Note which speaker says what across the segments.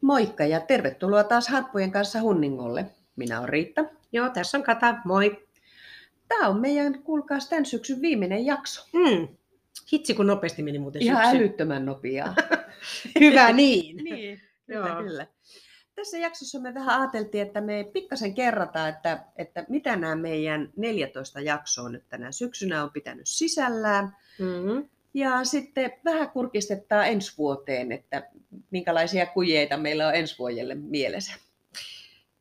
Speaker 1: Moikka ja tervetuloa taas Harppujen kanssa Hunningolle. Minä olen Riitta.
Speaker 2: Joo, tässä on Kata, moi.
Speaker 1: Tämä on meidän, kuulkaas, tämän syksyn viimeinen jakso.
Speaker 2: Mm. Hitsi kun nopeasti meni muuten
Speaker 1: Ihan
Speaker 2: syksy.
Speaker 1: älyttömän nopeaa.
Speaker 2: Hyvä niin.
Speaker 1: niin, kyllä,
Speaker 2: Joo.
Speaker 1: kyllä. Tässä jaksossa me vähän ajateltiin, että me pikkasen kerrataan, että, että mitä nämä meidän 14 jaksoa nyt tänä syksynä on pitänyt sisällään.
Speaker 2: Mm.
Speaker 1: Ja sitten vähän kurkistetaan ensi vuoteen, että minkälaisia kujeita meillä on ensi vuodelle mielessä.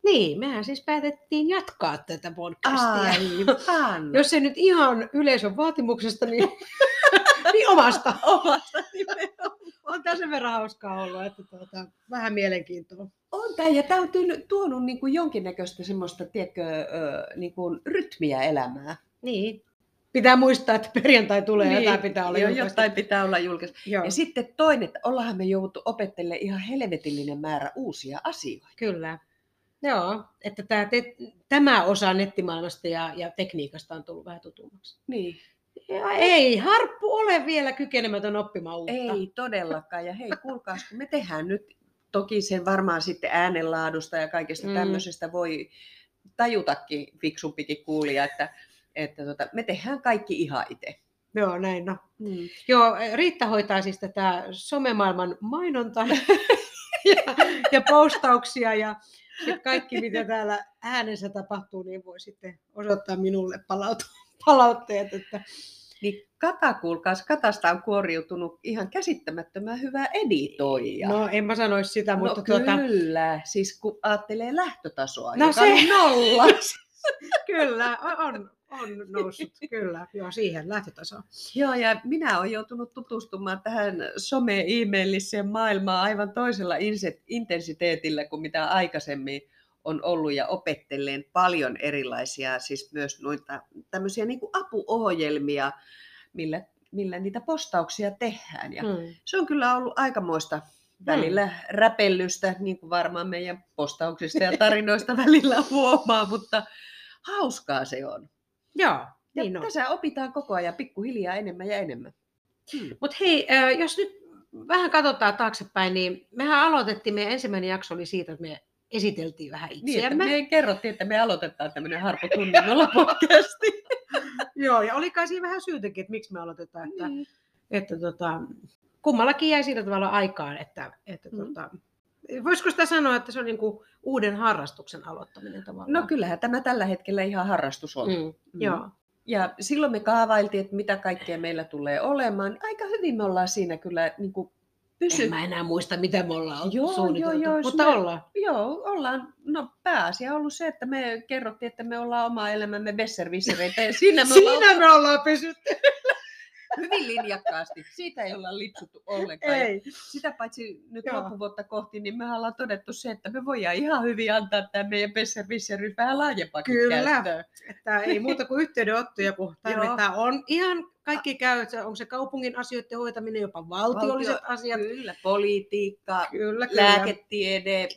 Speaker 2: Niin, mehän siis päätettiin jatkaa tätä podcastia.
Speaker 1: Aivan.
Speaker 2: Jos ei nyt ihan yleisön vaatimuksesta, niin, niin omasta.
Speaker 1: omasta
Speaker 2: On tässä sen verran hauskaa ollut, että tuota, vähän mielenkiintoa.
Speaker 1: On tämä, ja tämä on tyyn, tuonut niin kuin jonkinnäköistä semmoista, tiedätkö, ö, niin kuin rytmiä elämää.
Speaker 2: Niin. Pitää muistaa, että perjantai tulee, niin. jotain pitää olla
Speaker 1: jo,
Speaker 2: julkaistu.
Speaker 1: jotain pitää olla julkista.
Speaker 2: Joo,
Speaker 1: Ja sitten toinen, että ollaanhan me joutu opettelemaan ihan helvetillinen määrä uusia asioita.
Speaker 2: kyllä. Joo, että tämä, te, tämä osa nettimaailmasta ja, ja tekniikasta on tullut vähän tutummaksi.
Speaker 1: Niin.
Speaker 2: Ei, harppu ole vielä kykenemätön oppimaan uutta.
Speaker 1: Ei todellakaan. Ja hei, kuulkaas, kun me tehdään nyt, toki sen varmaan sitten äänenlaadusta ja kaikesta
Speaker 2: Mm.
Speaker 1: mm. tämmöisestä voi tajutakin fiksumpikin kuulija, että, että tota, me tehdään kaikki ihan itse.
Speaker 2: Joo, näin no.
Speaker 1: Mm.
Speaker 2: Joo, Riitta hoitaa siis tätä somemaailman mainontaa ja, ja postauksia ja sit kaikki, mitä täällä äänessä tapahtuu, niin voi sitten osoittaa minulle palaut- palautteet. Että...
Speaker 1: Niin Kata, kuulkaas, Katasta on kuoriutunut ihan käsittämättömän hyvä editoija.
Speaker 2: No, en mä sanoisi sitä,
Speaker 1: no
Speaker 2: mutta tuota,
Speaker 1: kyllä, siis kun ajattelee lähtötasoa,
Speaker 2: No
Speaker 1: no joka
Speaker 2: se-
Speaker 1: se... on nolla.
Speaker 2: kyllä, on, on, on noussut, kyllä, joo, siihen lähtötasoon.
Speaker 1: Joo, ja minä olen joutunut tutustumaan tähän some-e-mailliseen maailmaan aivan toisella inse- intensiteetillä kuin mitä aikaisemmin on ollut ja opetteleen paljon erilaisia, siis myös noita tämmöisiä niin kuin apuohjelmia, millä, millä niitä postauksia tehdään. Ja
Speaker 2: Mm.
Speaker 1: Se on kyllä ollut aikamoista
Speaker 2: Hmm.
Speaker 1: välillä mm. räpellystä, niin kuin varmaan meidän postauksista ja tarinoista välillä huomaa, mutta hauskaa se on.
Speaker 2: Joo,
Speaker 1: Ja
Speaker 2: niin on.
Speaker 1: tässä opitaan koko ajan pikkuhiljaa enemmän ja enemmän. Niin,
Speaker 2: Mutta hei, ö, jos nyt vähän katsotaan taaksepäin, niin mehän aloitettiin, meidän ensimmäinen jakso oli siitä, että me esiteltiin vähän
Speaker 1: Niin, että
Speaker 2: itseämme.
Speaker 1: me kerrottiin, että me aloitetaan tämmöinen Harpo Tunningolla podcasti.
Speaker 2: Joo, ja oli kai siinä vähän syytäkin, että miksi me aloitetaan. Että,
Speaker 1: Niin.
Speaker 2: että tota, kummallakin jäi sillä tavalla aikaan, että, että mm.
Speaker 1: Mm.
Speaker 2: tota, voisiko sitä sanoa, että se on niinku uuden harrastuksen aloittaminen tavallaan?
Speaker 1: No kyllähän tämä tällä hetkellä ihan harrastus on.
Speaker 2: Mm. Mm. Joo.
Speaker 1: Ja silloin me kaavailtiin, että mitä kaikkea meillä tulee olemaan. Aika hyvin me ollaan siinä kyllä niin kuin
Speaker 2: En
Speaker 1: pysytty.
Speaker 2: mä enää muista, mitä me
Speaker 1: Joo,
Speaker 2: ollaan joo,
Speaker 1: joo,
Speaker 2: suunniteltu,
Speaker 1: joo, jos
Speaker 2: mutta
Speaker 1: mä-
Speaker 2: ollaan.
Speaker 1: Joo, ollaan. No pääasia on ollut se, että me kerrottiin, että me ollaan oma elämämme besservissereitä ja siinä me ollaan
Speaker 2: Siinä me ollaan pysytty.
Speaker 1: hyvin linjakkaasti. Siitä ei olla lipsuttu ollenkaan. Ja
Speaker 2: Ei.
Speaker 1: Sitä paitsi nyt
Speaker 2: Joo.
Speaker 1: Joo. loppuvuotta kohti, niin me ollaan todettu se, että me voidaan ihan hyvin antaa tämä meidän besservisseryys vähän laajempakin
Speaker 2: Kyllä.
Speaker 1: käyttöön.
Speaker 2: Että ei muuta kuin yhteydenottoja, kun tarvitaan. On ihan kaikki käy, että onko se kaupungin asioiden hoitaminen, jopa valtiolliset
Speaker 1: Valtio-
Speaker 2: asiat.
Speaker 1: Kyllä, politiikka,
Speaker 2: Kyllä,
Speaker 1: lääketiede,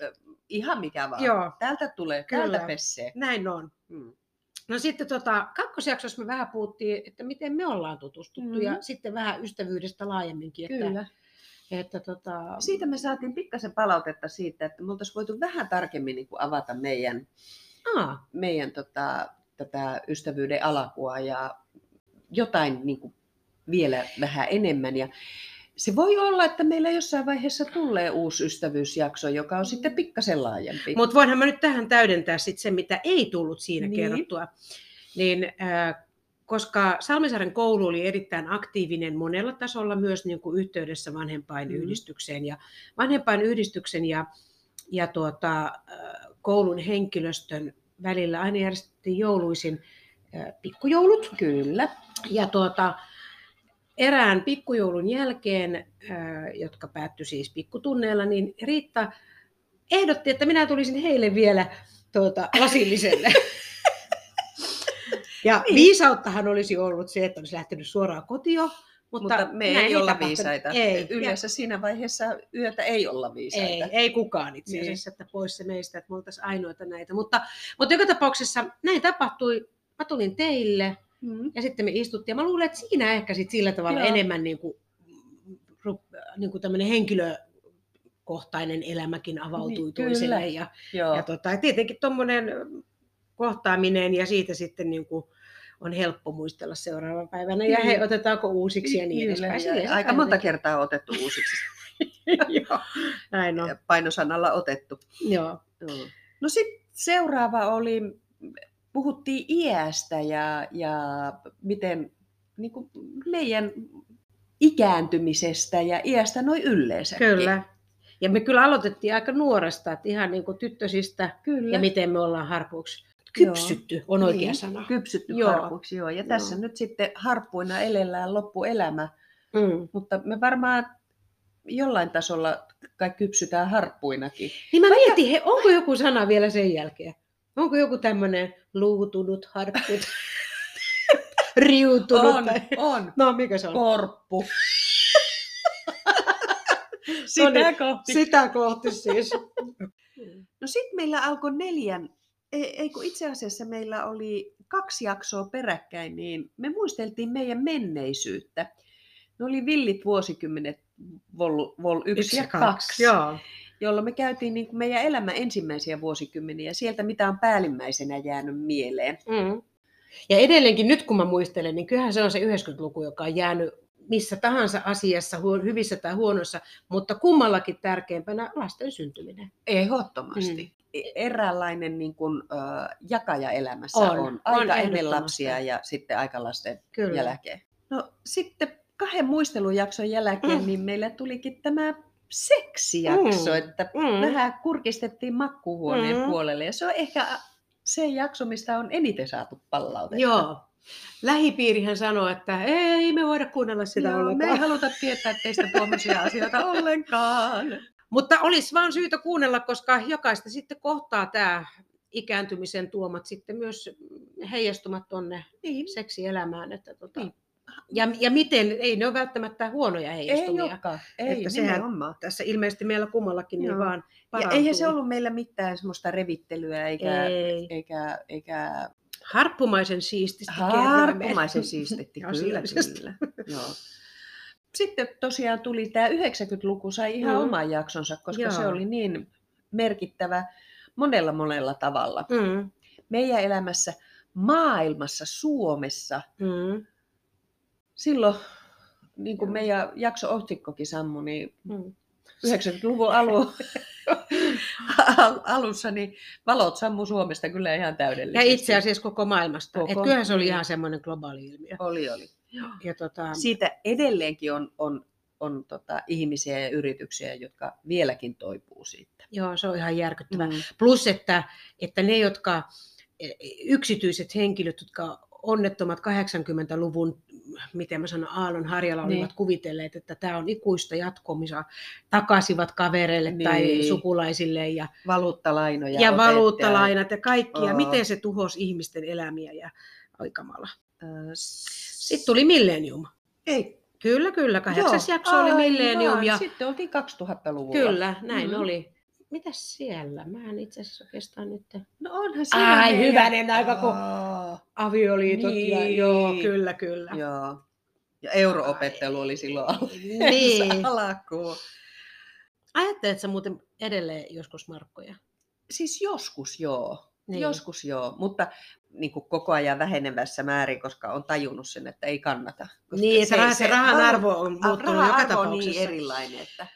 Speaker 1: ihan mikä vaan.
Speaker 2: Joo,
Speaker 1: Täältä tulee,
Speaker 2: Kyllä.
Speaker 1: täältä pessee.
Speaker 2: näin on.
Speaker 1: Mm.
Speaker 2: No sitten tota, kakkosjaksossa me vähän puhuttiin, että miten me ollaan tutustuttu mm-hmm. ja
Speaker 1: Mhm.
Speaker 2: sitten vähän ystävyydestä laajemminkin. Että,
Speaker 1: Kyllä.
Speaker 2: Että, tota,
Speaker 1: Siitä me saatiin pikkasen palautetta siitä, että me oltaisiin voitu vähän tarkemmin niin kuin avata meidän,
Speaker 2: Aa,
Speaker 1: meidän tota, tätä ystävyyden alkua ja jotain niin kuin vielä vähän enemmän. Ja se voi olla, että meillä jossain vaiheessa tulee uusi ystävyysjakso, joka on sitten pikkasen laajempi.
Speaker 2: mutta voinhan mä nyt tähän täydentää sit sen, mitä ei tullut siinä niin.
Speaker 1: Niin. Niin.
Speaker 2: kerrottua. Niin, äh, koska Salmisaaren koulu oli erittäin aktiivinen monella tasolla myös niin kuin yhteydessä vanhempainyhdistykseen. Ja vanhempainyhdistyksen ja, ja tuota, äh, koulun henkilöstön välillä aina järjestettiin jouluisin äh, pikkujoulut.
Speaker 1: Kyllä.
Speaker 2: Ja tuota, erään pikkujoulun jälkeen, ää, jotka päättyi siis pikkutunneilla, niin Riitta ehdotti, että minä tulisin heille vielä tuota, lasilliselle. ja
Speaker 1: Niin.
Speaker 2: viisauttahan olisi ollut se, että olisi lähtenyt suoraan kotio, mutta,
Speaker 1: Mutta, Mutta me
Speaker 2: näin
Speaker 1: ei olla
Speaker 2: tapahtunut.
Speaker 1: viisaita.
Speaker 2: Ei, ja-
Speaker 1: Yleensä siinä vaiheessa yötä ei olla
Speaker 2: ei,
Speaker 1: viisaita.
Speaker 2: ei kukaan itse
Speaker 1: Niin.
Speaker 2: asiassa, että pois se meistä, että me oltaisiin ainoita näitä. Mutta, mutta joka tapauksessa näin tapahtui. Mä tulin teille,
Speaker 1: Mm.
Speaker 2: Ja sitten me istuttiin. Ja mä luulen, että siinä ehkä sit sillä tavalla niinku Joo.
Speaker 1: Joo.
Speaker 2: enemmän niin kuin niin kuin tämmöinen henkilökohtainen elämäkin avautui
Speaker 1: Niin,
Speaker 2: niin,
Speaker 1: kyllä.
Speaker 2: toiselle. Ja,
Speaker 1: Joo.
Speaker 2: ja tota, tietenkin tuommoinen kohtaaminen ja siitä sitten niin kuin on helppo muistella seuraavana päivänä ja
Speaker 1: Niin.
Speaker 2: hei, otetaanko uusiksi ja niin
Speaker 1: Kyllä,
Speaker 2: edespäin.
Speaker 1: ja
Speaker 2: Silleen se
Speaker 1: aika
Speaker 2: päivä-
Speaker 1: monta kertaa on otettu uusiksi,
Speaker 2: Joo, Näin on.
Speaker 1: ja painosanalla otettu.
Speaker 2: Joo.
Speaker 1: Joo. No sitten seuraava oli, puhuttiin iästä ja, ja miten niin kuin meidän ikääntymisestä ja iästä noin yleensä.
Speaker 2: Kyllä. Ja me kyllä aloitettiin aika nuoresta, että ihan niin kuin tyttösistä
Speaker 1: Kyllä.
Speaker 2: ja miten me ollaan harpuiksi kypsytty, on oikea
Speaker 1: Niin,
Speaker 2: sana.
Speaker 1: Kypsytty joo.
Speaker 2: Joo.
Speaker 1: harpuksi, joo. Ja
Speaker 2: Joo.
Speaker 1: tässä nyt sitten harppuina elellään loppuelämä.
Speaker 2: Mm.
Speaker 1: Mutta me varmaan jollain tasolla kai kypsytään harppuinakin.
Speaker 2: Niin mä mietin, he, onko joku sana vielä sen jälkeen? Onko joku tämmöinen luutunut, harpput, riutunut?
Speaker 1: On,
Speaker 2: tai-
Speaker 1: on.
Speaker 2: No mikä se on?
Speaker 1: Korppu.
Speaker 2: No niin,
Speaker 1: kohti.
Speaker 2: Sitä kohti siis.
Speaker 1: No sitten meillä alkoi neljän, ei, ei kun itse asiassa meillä oli kaksi jaksoa peräkkäin, niin me muisteltiin meidän menneisyyttä. Ne oli villit vuosikymmenet vol, vol yksi, ja kaksi,
Speaker 2: Joo.
Speaker 1: jolloin me käytiin niin kuin meidän elämän ensimmäisiä vuosikymmeniä sieltä, mitä on päällimmäisenä jäänyt mieleen.
Speaker 2: Mm. Ja edelleenkin nyt kun mä muistelen, niin kyllähän se on se 90-luku, joka on jäänyt missä tahansa asiassa, huon- hyvissä tai huonossa, mutta kummallakin tärkeimpänä lasten syntyminen.
Speaker 1: Ehdottomasti. E- Eräänlainen niin kuin, ö, jakaja elämässä on.
Speaker 2: On,
Speaker 1: on.
Speaker 2: on
Speaker 1: Aika ennen
Speaker 2: ehdottomasti.
Speaker 1: lapsia ja sitten aika lasten
Speaker 2: Kyllä.
Speaker 1: jälkeen. No sitten kahden muistelujakson jälkeen mm.
Speaker 2: Mm.
Speaker 1: niin meillä tulikin tämä seksijakso, mm.
Speaker 2: Mm.
Speaker 1: että mm.
Speaker 2: Mm.
Speaker 1: vähän kurkistettiin makkuhuoneen mm.
Speaker 2: Mm.
Speaker 1: puolelle ja se on ehkä se jakso, mistä on eniten saatu palautetta.
Speaker 2: Joo. Lähipiirihän sanoo, että ei me voida kuunnella sitä Joo,
Speaker 1: me ei
Speaker 2: ollenkaan. Me...
Speaker 1: haluta tietää teistä tuommoisia asioita ollenkaan.
Speaker 2: Mutta olisi vaan syytä kuunnella, koska jokaista sitten kohtaa tämä ikääntymisen tuomat sitten myös heijastumat tuonne
Speaker 1: Niin,
Speaker 2: seksielämään. Että tota...
Speaker 1: Niin.
Speaker 2: ja, ja miten, ei ne ole välttämättä huonoja
Speaker 1: ei
Speaker 2: heijastumia.
Speaker 1: olekaan. Ei,
Speaker 2: Että
Speaker 1: että
Speaker 2: sehän-
Speaker 1: nimenomaan.
Speaker 2: tässä ilmeisesti meillä kummallakin niin
Speaker 1: Joo.
Speaker 2: vaan
Speaker 1: Ja
Speaker 2: parantui.
Speaker 1: eihän se ollut meillä mitään semmoista revittelyä eikä,
Speaker 2: Ei.
Speaker 1: eikä, eikä
Speaker 2: harppumaisen siististi
Speaker 1: Harpumaisen siistetti, kyllä,
Speaker 2: Asiallisesti.
Speaker 1: kyllä. Joo. Sitten tosiaan tuli tämä 90-luku, sai ihan
Speaker 2: Mm.
Speaker 1: oman jaksonsa, koska
Speaker 2: Joo.
Speaker 1: se oli niin merkittävä monella monella tavalla.
Speaker 2: Mm,
Speaker 1: Meidän elämässä, maailmassa, Suomessa,
Speaker 2: mm,
Speaker 1: silloin niin kuin
Speaker 2: Joo.
Speaker 1: meidän jakso-otsikkokin sammui, niin
Speaker 2: mm.
Speaker 1: 90-luvun alu... al- alussa niin valot sammu Suomesta kyllä ihan
Speaker 2: Ja
Speaker 1: täydellisesti.
Speaker 2: itse asiassa koko maailmasta.
Speaker 1: Koko,
Speaker 2: Koko. Et kyllähän se oli
Speaker 1: niin.
Speaker 2: ihan semmoinen globaali ilmiö.
Speaker 1: Oli, oli.
Speaker 2: Ja tota,
Speaker 1: siitä edelleenkin on, on, on tota, ihmisiä ja yrityksiä, jotka vieläkin toipuu siitä.
Speaker 2: joo, se on ihan järkyttävä. Plus, että, että ne, jotka e, yksityiset henkilöt, jotka onnettomat 80-luvun, miten mä sanon, Aallon Harjalla olivat
Speaker 1: Niin.
Speaker 2: niin. kuvitelleet, että tämä on ikuista jatkomista, takasivat kavereille niin. tai
Speaker 1: Niin.
Speaker 2: sukulaisille ja
Speaker 1: Valuuttalainoja.
Speaker 2: ja
Speaker 1: otetaan.
Speaker 2: valuuttalainat ja kaikki, ja
Speaker 1: Joo.
Speaker 2: miten se tuhosi ihmisten elämiä ja aikamalla.
Speaker 1: Ö,
Speaker 2: Sitten tuli Millennium.
Speaker 1: Ei,
Speaker 2: Kyllä, kyllä. Kahdeksas
Speaker 1: joo,
Speaker 2: jakso oli
Speaker 1: aivan.
Speaker 2: Millennium. Ja...
Speaker 1: Sitten oltiin 2000-luvulla.
Speaker 2: Kyllä, näin
Speaker 1: Mm.
Speaker 2: mm-hmm. oli. Mitäs siellä? Mä en itse asiassa oikeastaan nyt...
Speaker 1: No onhan
Speaker 2: Ai, hyvänen aika, kun-
Speaker 1: Aa,
Speaker 2: Avioliitot ja...
Speaker 1: Niin.
Speaker 2: Joo, kyllä, kyllä.
Speaker 1: Joo. Ja euroopettelu oli silloin al-
Speaker 2: Niin.
Speaker 1: alkuun.
Speaker 2: Ajattelet sä muuten edelleen joskus Markkoja?
Speaker 1: Siis joskus joo. Niin.
Speaker 2: Niin.
Speaker 1: Joskus joo, mutta niin kuin koko ajan vähenevässä määrin, koska on tajunnut sen, että ei kannata. Koska
Speaker 2: Niin, se, se, se rahan
Speaker 1: valu-
Speaker 2: arvo on muuttunut
Speaker 1: raha
Speaker 2: joka
Speaker 1: arvo on
Speaker 2: tapauksessa.
Speaker 1: niin erilainen, että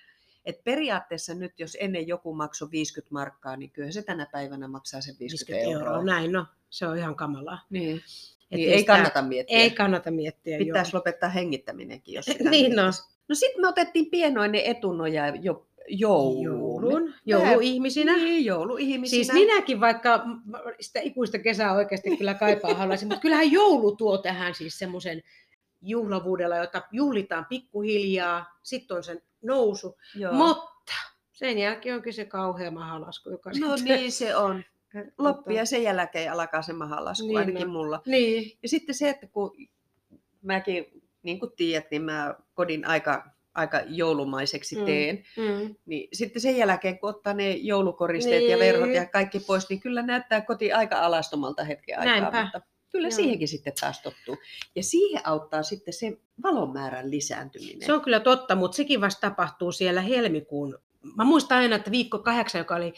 Speaker 1: et periaatteessa nyt jos ennen joku maksoi 50 markkaa, niin kyllä se tänä päivänä maksaa sen 50,
Speaker 2: 50 euroa.
Speaker 1: euroa.
Speaker 2: Näin, no. Se on ihan kamalaa.
Speaker 1: Niin.
Speaker 2: Et
Speaker 1: Niin ei
Speaker 2: sitä-
Speaker 1: kannata miettiä.
Speaker 2: Ei kannata miettiä,
Speaker 1: Pitäisi
Speaker 2: joo.
Speaker 1: lopettaa hengittäminenkin, jos sitä
Speaker 2: Niin, no.
Speaker 1: miettisi. No sitten me otettiin pienoinen etunoja jo, jouluun.
Speaker 2: Joulun. Jouluihmisinä.
Speaker 1: Niin, jouluihmisinä.
Speaker 2: Siis minäkin, vaikka m- m- sitä ikuista kesää oikeasti kyllä kaipaa haluaisin, mutta kyllähän joulu tuo tähän siis semmoisen juhlavuudella, jota juhlitaan pikkuhiljaa, sitten on sen nousu,
Speaker 1: Joo.
Speaker 2: Joo. mutta sen jälkeen onkin se kauhea mahalasku, joka
Speaker 1: No
Speaker 2: sitten-
Speaker 1: niin se on. Loppi ja
Speaker 2: Tota,
Speaker 1: sen jälkeen alkaa se mahalasku, niin,
Speaker 2: Niin,
Speaker 1: ainakin
Speaker 2: no.
Speaker 1: mulla.
Speaker 2: Niin,
Speaker 1: Ja sitten se, että kun mäkin, niin kuin tiedät, niin mä kodin aika, aika joulumaiseksi mm.
Speaker 2: Mm.
Speaker 1: teen.
Speaker 2: mm.
Speaker 1: Niin sitten sen jälkeen, kun ottaa ne joulukoristeet niin. ja
Speaker 2: Niin.
Speaker 1: verhot ja kaikki pois, niin kyllä näyttää koti aika alastomalta hetken aikaa.
Speaker 2: Näinpä.
Speaker 1: Mutta Kyllä
Speaker 2: Joo.
Speaker 1: Joo. siihenkin sitten taas tottuu. Ja siihen auttaa sitten se valon määrän lisääntyminen.
Speaker 2: Se on kyllä totta, mutta sekin vasta tapahtuu siellä helmikuun. Mä muistan aina, että viikko kahdeksan, joka oli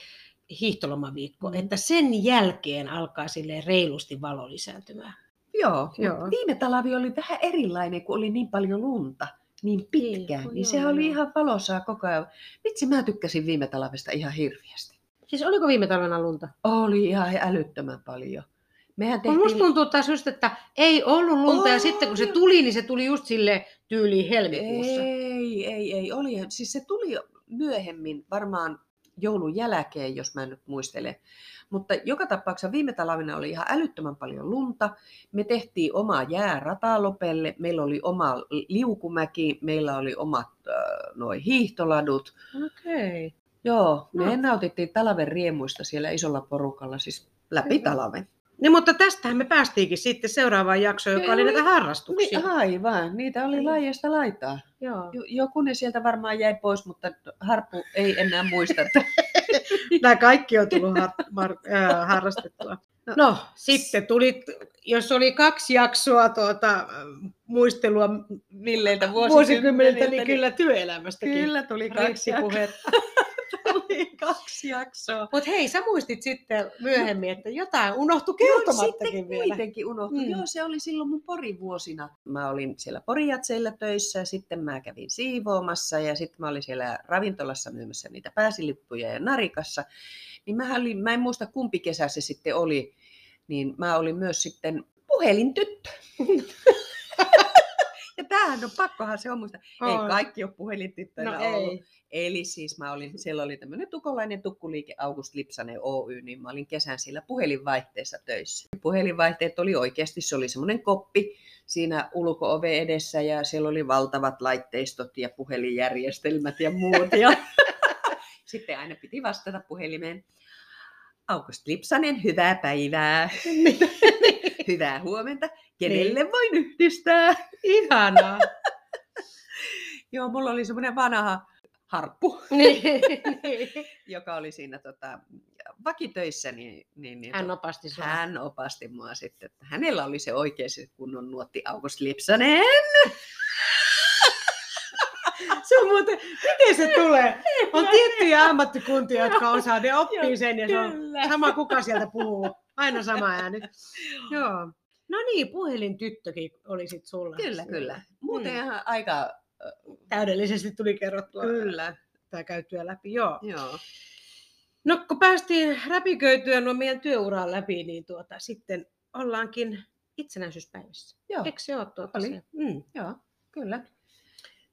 Speaker 2: hiihtolomaviikko, mm.
Speaker 1: Mm.
Speaker 2: että sen jälkeen alkaa silleen reilusti valo lisääntymään.
Speaker 1: Joo.
Speaker 2: Joo.
Speaker 1: Joo. Viime talvi oli vähän erilainen, kun oli niin paljon lunta niin pitkään,
Speaker 2: Niin,
Speaker 1: niin,
Speaker 2: joo,
Speaker 1: niin sehän oli
Speaker 2: joo.
Speaker 1: ihan valosaa koko ajan. Vitsi, mä tykkäsin viime talvesta ihan hirveästi.
Speaker 2: Siis oliko viime talvena lunta?
Speaker 1: Oli ihan älyttömän paljon. Mehän
Speaker 2: Kun
Speaker 1: tehtiin...
Speaker 2: musta tuntuu taas just, että ei ollut lunta ja
Speaker 1: Oli.
Speaker 2: sitten kun se tuli, niin se tuli just sille tyyliin helmikuussa.
Speaker 1: Ei, ei, ei. Oli. Siis se tuli myöhemmin, varmaan joulun jälkeen, jos mä nyt muistelen. Mutta joka tapauksessa viime talvena oli ihan älyttömän paljon lunta. Me tehtiin oma jäärata Lopelle, meillä oli oma li- liukumäki, meillä oli omat äh, noi hiihtoladut.
Speaker 2: Okei. Okay.
Speaker 1: Joo,
Speaker 2: No.
Speaker 1: me no. nautittiin talven riemuista siellä isolla porukalla, siis läpi
Speaker 2: Hyvä.
Speaker 1: talven.
Speaker 2: Niin, mutta tästähän me päästiinkin sitten seuraavaan jaksoon, joka
Speaker 1: Joo,
Speaker 2: oli
Speaker 1: joo.
Speaker 2: näitä harrastuksia.
Speaker 1: Niin, aivan, niitä oli
Speaker 2: Niin.
Speaker 1: laajasta laitaa.
Speaker 2: Joo.
Speaker 1: Jo- Jokunen sieltä varmaan jäi pois, mutta Harppu ei enää muista, että
Speaker 2: Nämä kaikki on tullut har- mar- äh, harrastettua.
Speaker 1: No.
Speaker 2: No, sitten tuli, jos oli kaksi jaksoa tuota, äh, muistelua
Speaker 1: milleiltä
Speaker 2: vuosikymmeniltä, niin kyllä työelämästäkin.
Speaker 1: Kyllä tuli kaksi
Speaker 2: Riittää.
Speaker 1: puhetta. tuli kaksi jaksoa.
Speaker 2: Mutta hei, sä muistit sitten myöhemmin, että jotain unohtui
Speaker 1: sitten
Speaker 2: kertomattakin vielä.
Speaker 1: kuitenkin unohtui.
Speaker 2: Mm.
Speaker 1: Mm. Joo, se oli silloin mun porivuosina. Mä olin siellä porijatseilla töissä, sitten mä kävin siivoamassa ja sitten mä olin siellä ravintolassa myymässä niitä pääsilippuja ja narikassa. Niin mä, olin, mä en muista kumpi kesä se sitten oli, niin mä olin myös sitten puhelintyttö. ja tämähän on pakkohan se on muista. Ei
Speaker 2: On.
Speaker 1: kaikki ole puhelintyttöjä
Speaker 2: No
Speaker 1: ollut.
Speaker 2: ei.
Speaker 1: Eli siis mä olin, siellä oli tämmöinen tukolainen tukkuliike August Lipsanen Oy, niin mä olin kesän siellä puhelinvaihteessa töissä. Puhelinvaihteet oli oikeasti, se oli semmoinen koppi siinä ulko edessä ja siellä oli valtavat laitteistot ja puhelinjärjestelmät ja muut. Ja sitten aina piti vastata puhelimeen. August Lipsanen, hyvää päivää. hyvää huomenta. Kenelle voin yhdistää?
Speaker 2: Ihanaa.
Speaker 1: Joo, mulla oli semmoinen vanha harppu.
Speaker 2: Niin, niin.
Speaker 1: joka oli siinä tota, vakitöissä, niin, niin, niin
Speaker 2: Hän
Speaker 1: tota,
Speaker 2: opasti sua.
Speaker 1: hän opasti mua sitten. Että hänellä oli se oikein se kunnon nuotti August Lipsanen.
Speaker 2: Se on muuten, miten se tulee? On tiettyjä ammattikuntia, jotka osaa, ne oppii sen ja se on sama kuka sieltä puhuu. Aina sama ääni. Joo. No niin, puhelintyttökin oli sit sulla.
Speaker 1: Kyllä, kyllä.
Speaker 2: Mm.
Speaker 1: Muuten ihan aika...
Speaker 2: Täydellisesti tuli kerrottua
Speaker 1: Kyllä,
Speaker 2: tämä käytyä läpi, joo.
Speaker 1: joo.
Speaker 2: No kun päästiin räpiköityä nuo meidän työuraan läpi, niin tuota, sitten ollaankin itsenäisyyspäivässä.
Speaker 1: joo.
Speaker 2: Eikö se ole tuota
Speaker 1: Oli.
Speaker 2: se? Mm.
Speaker 1: Joo, kyllä.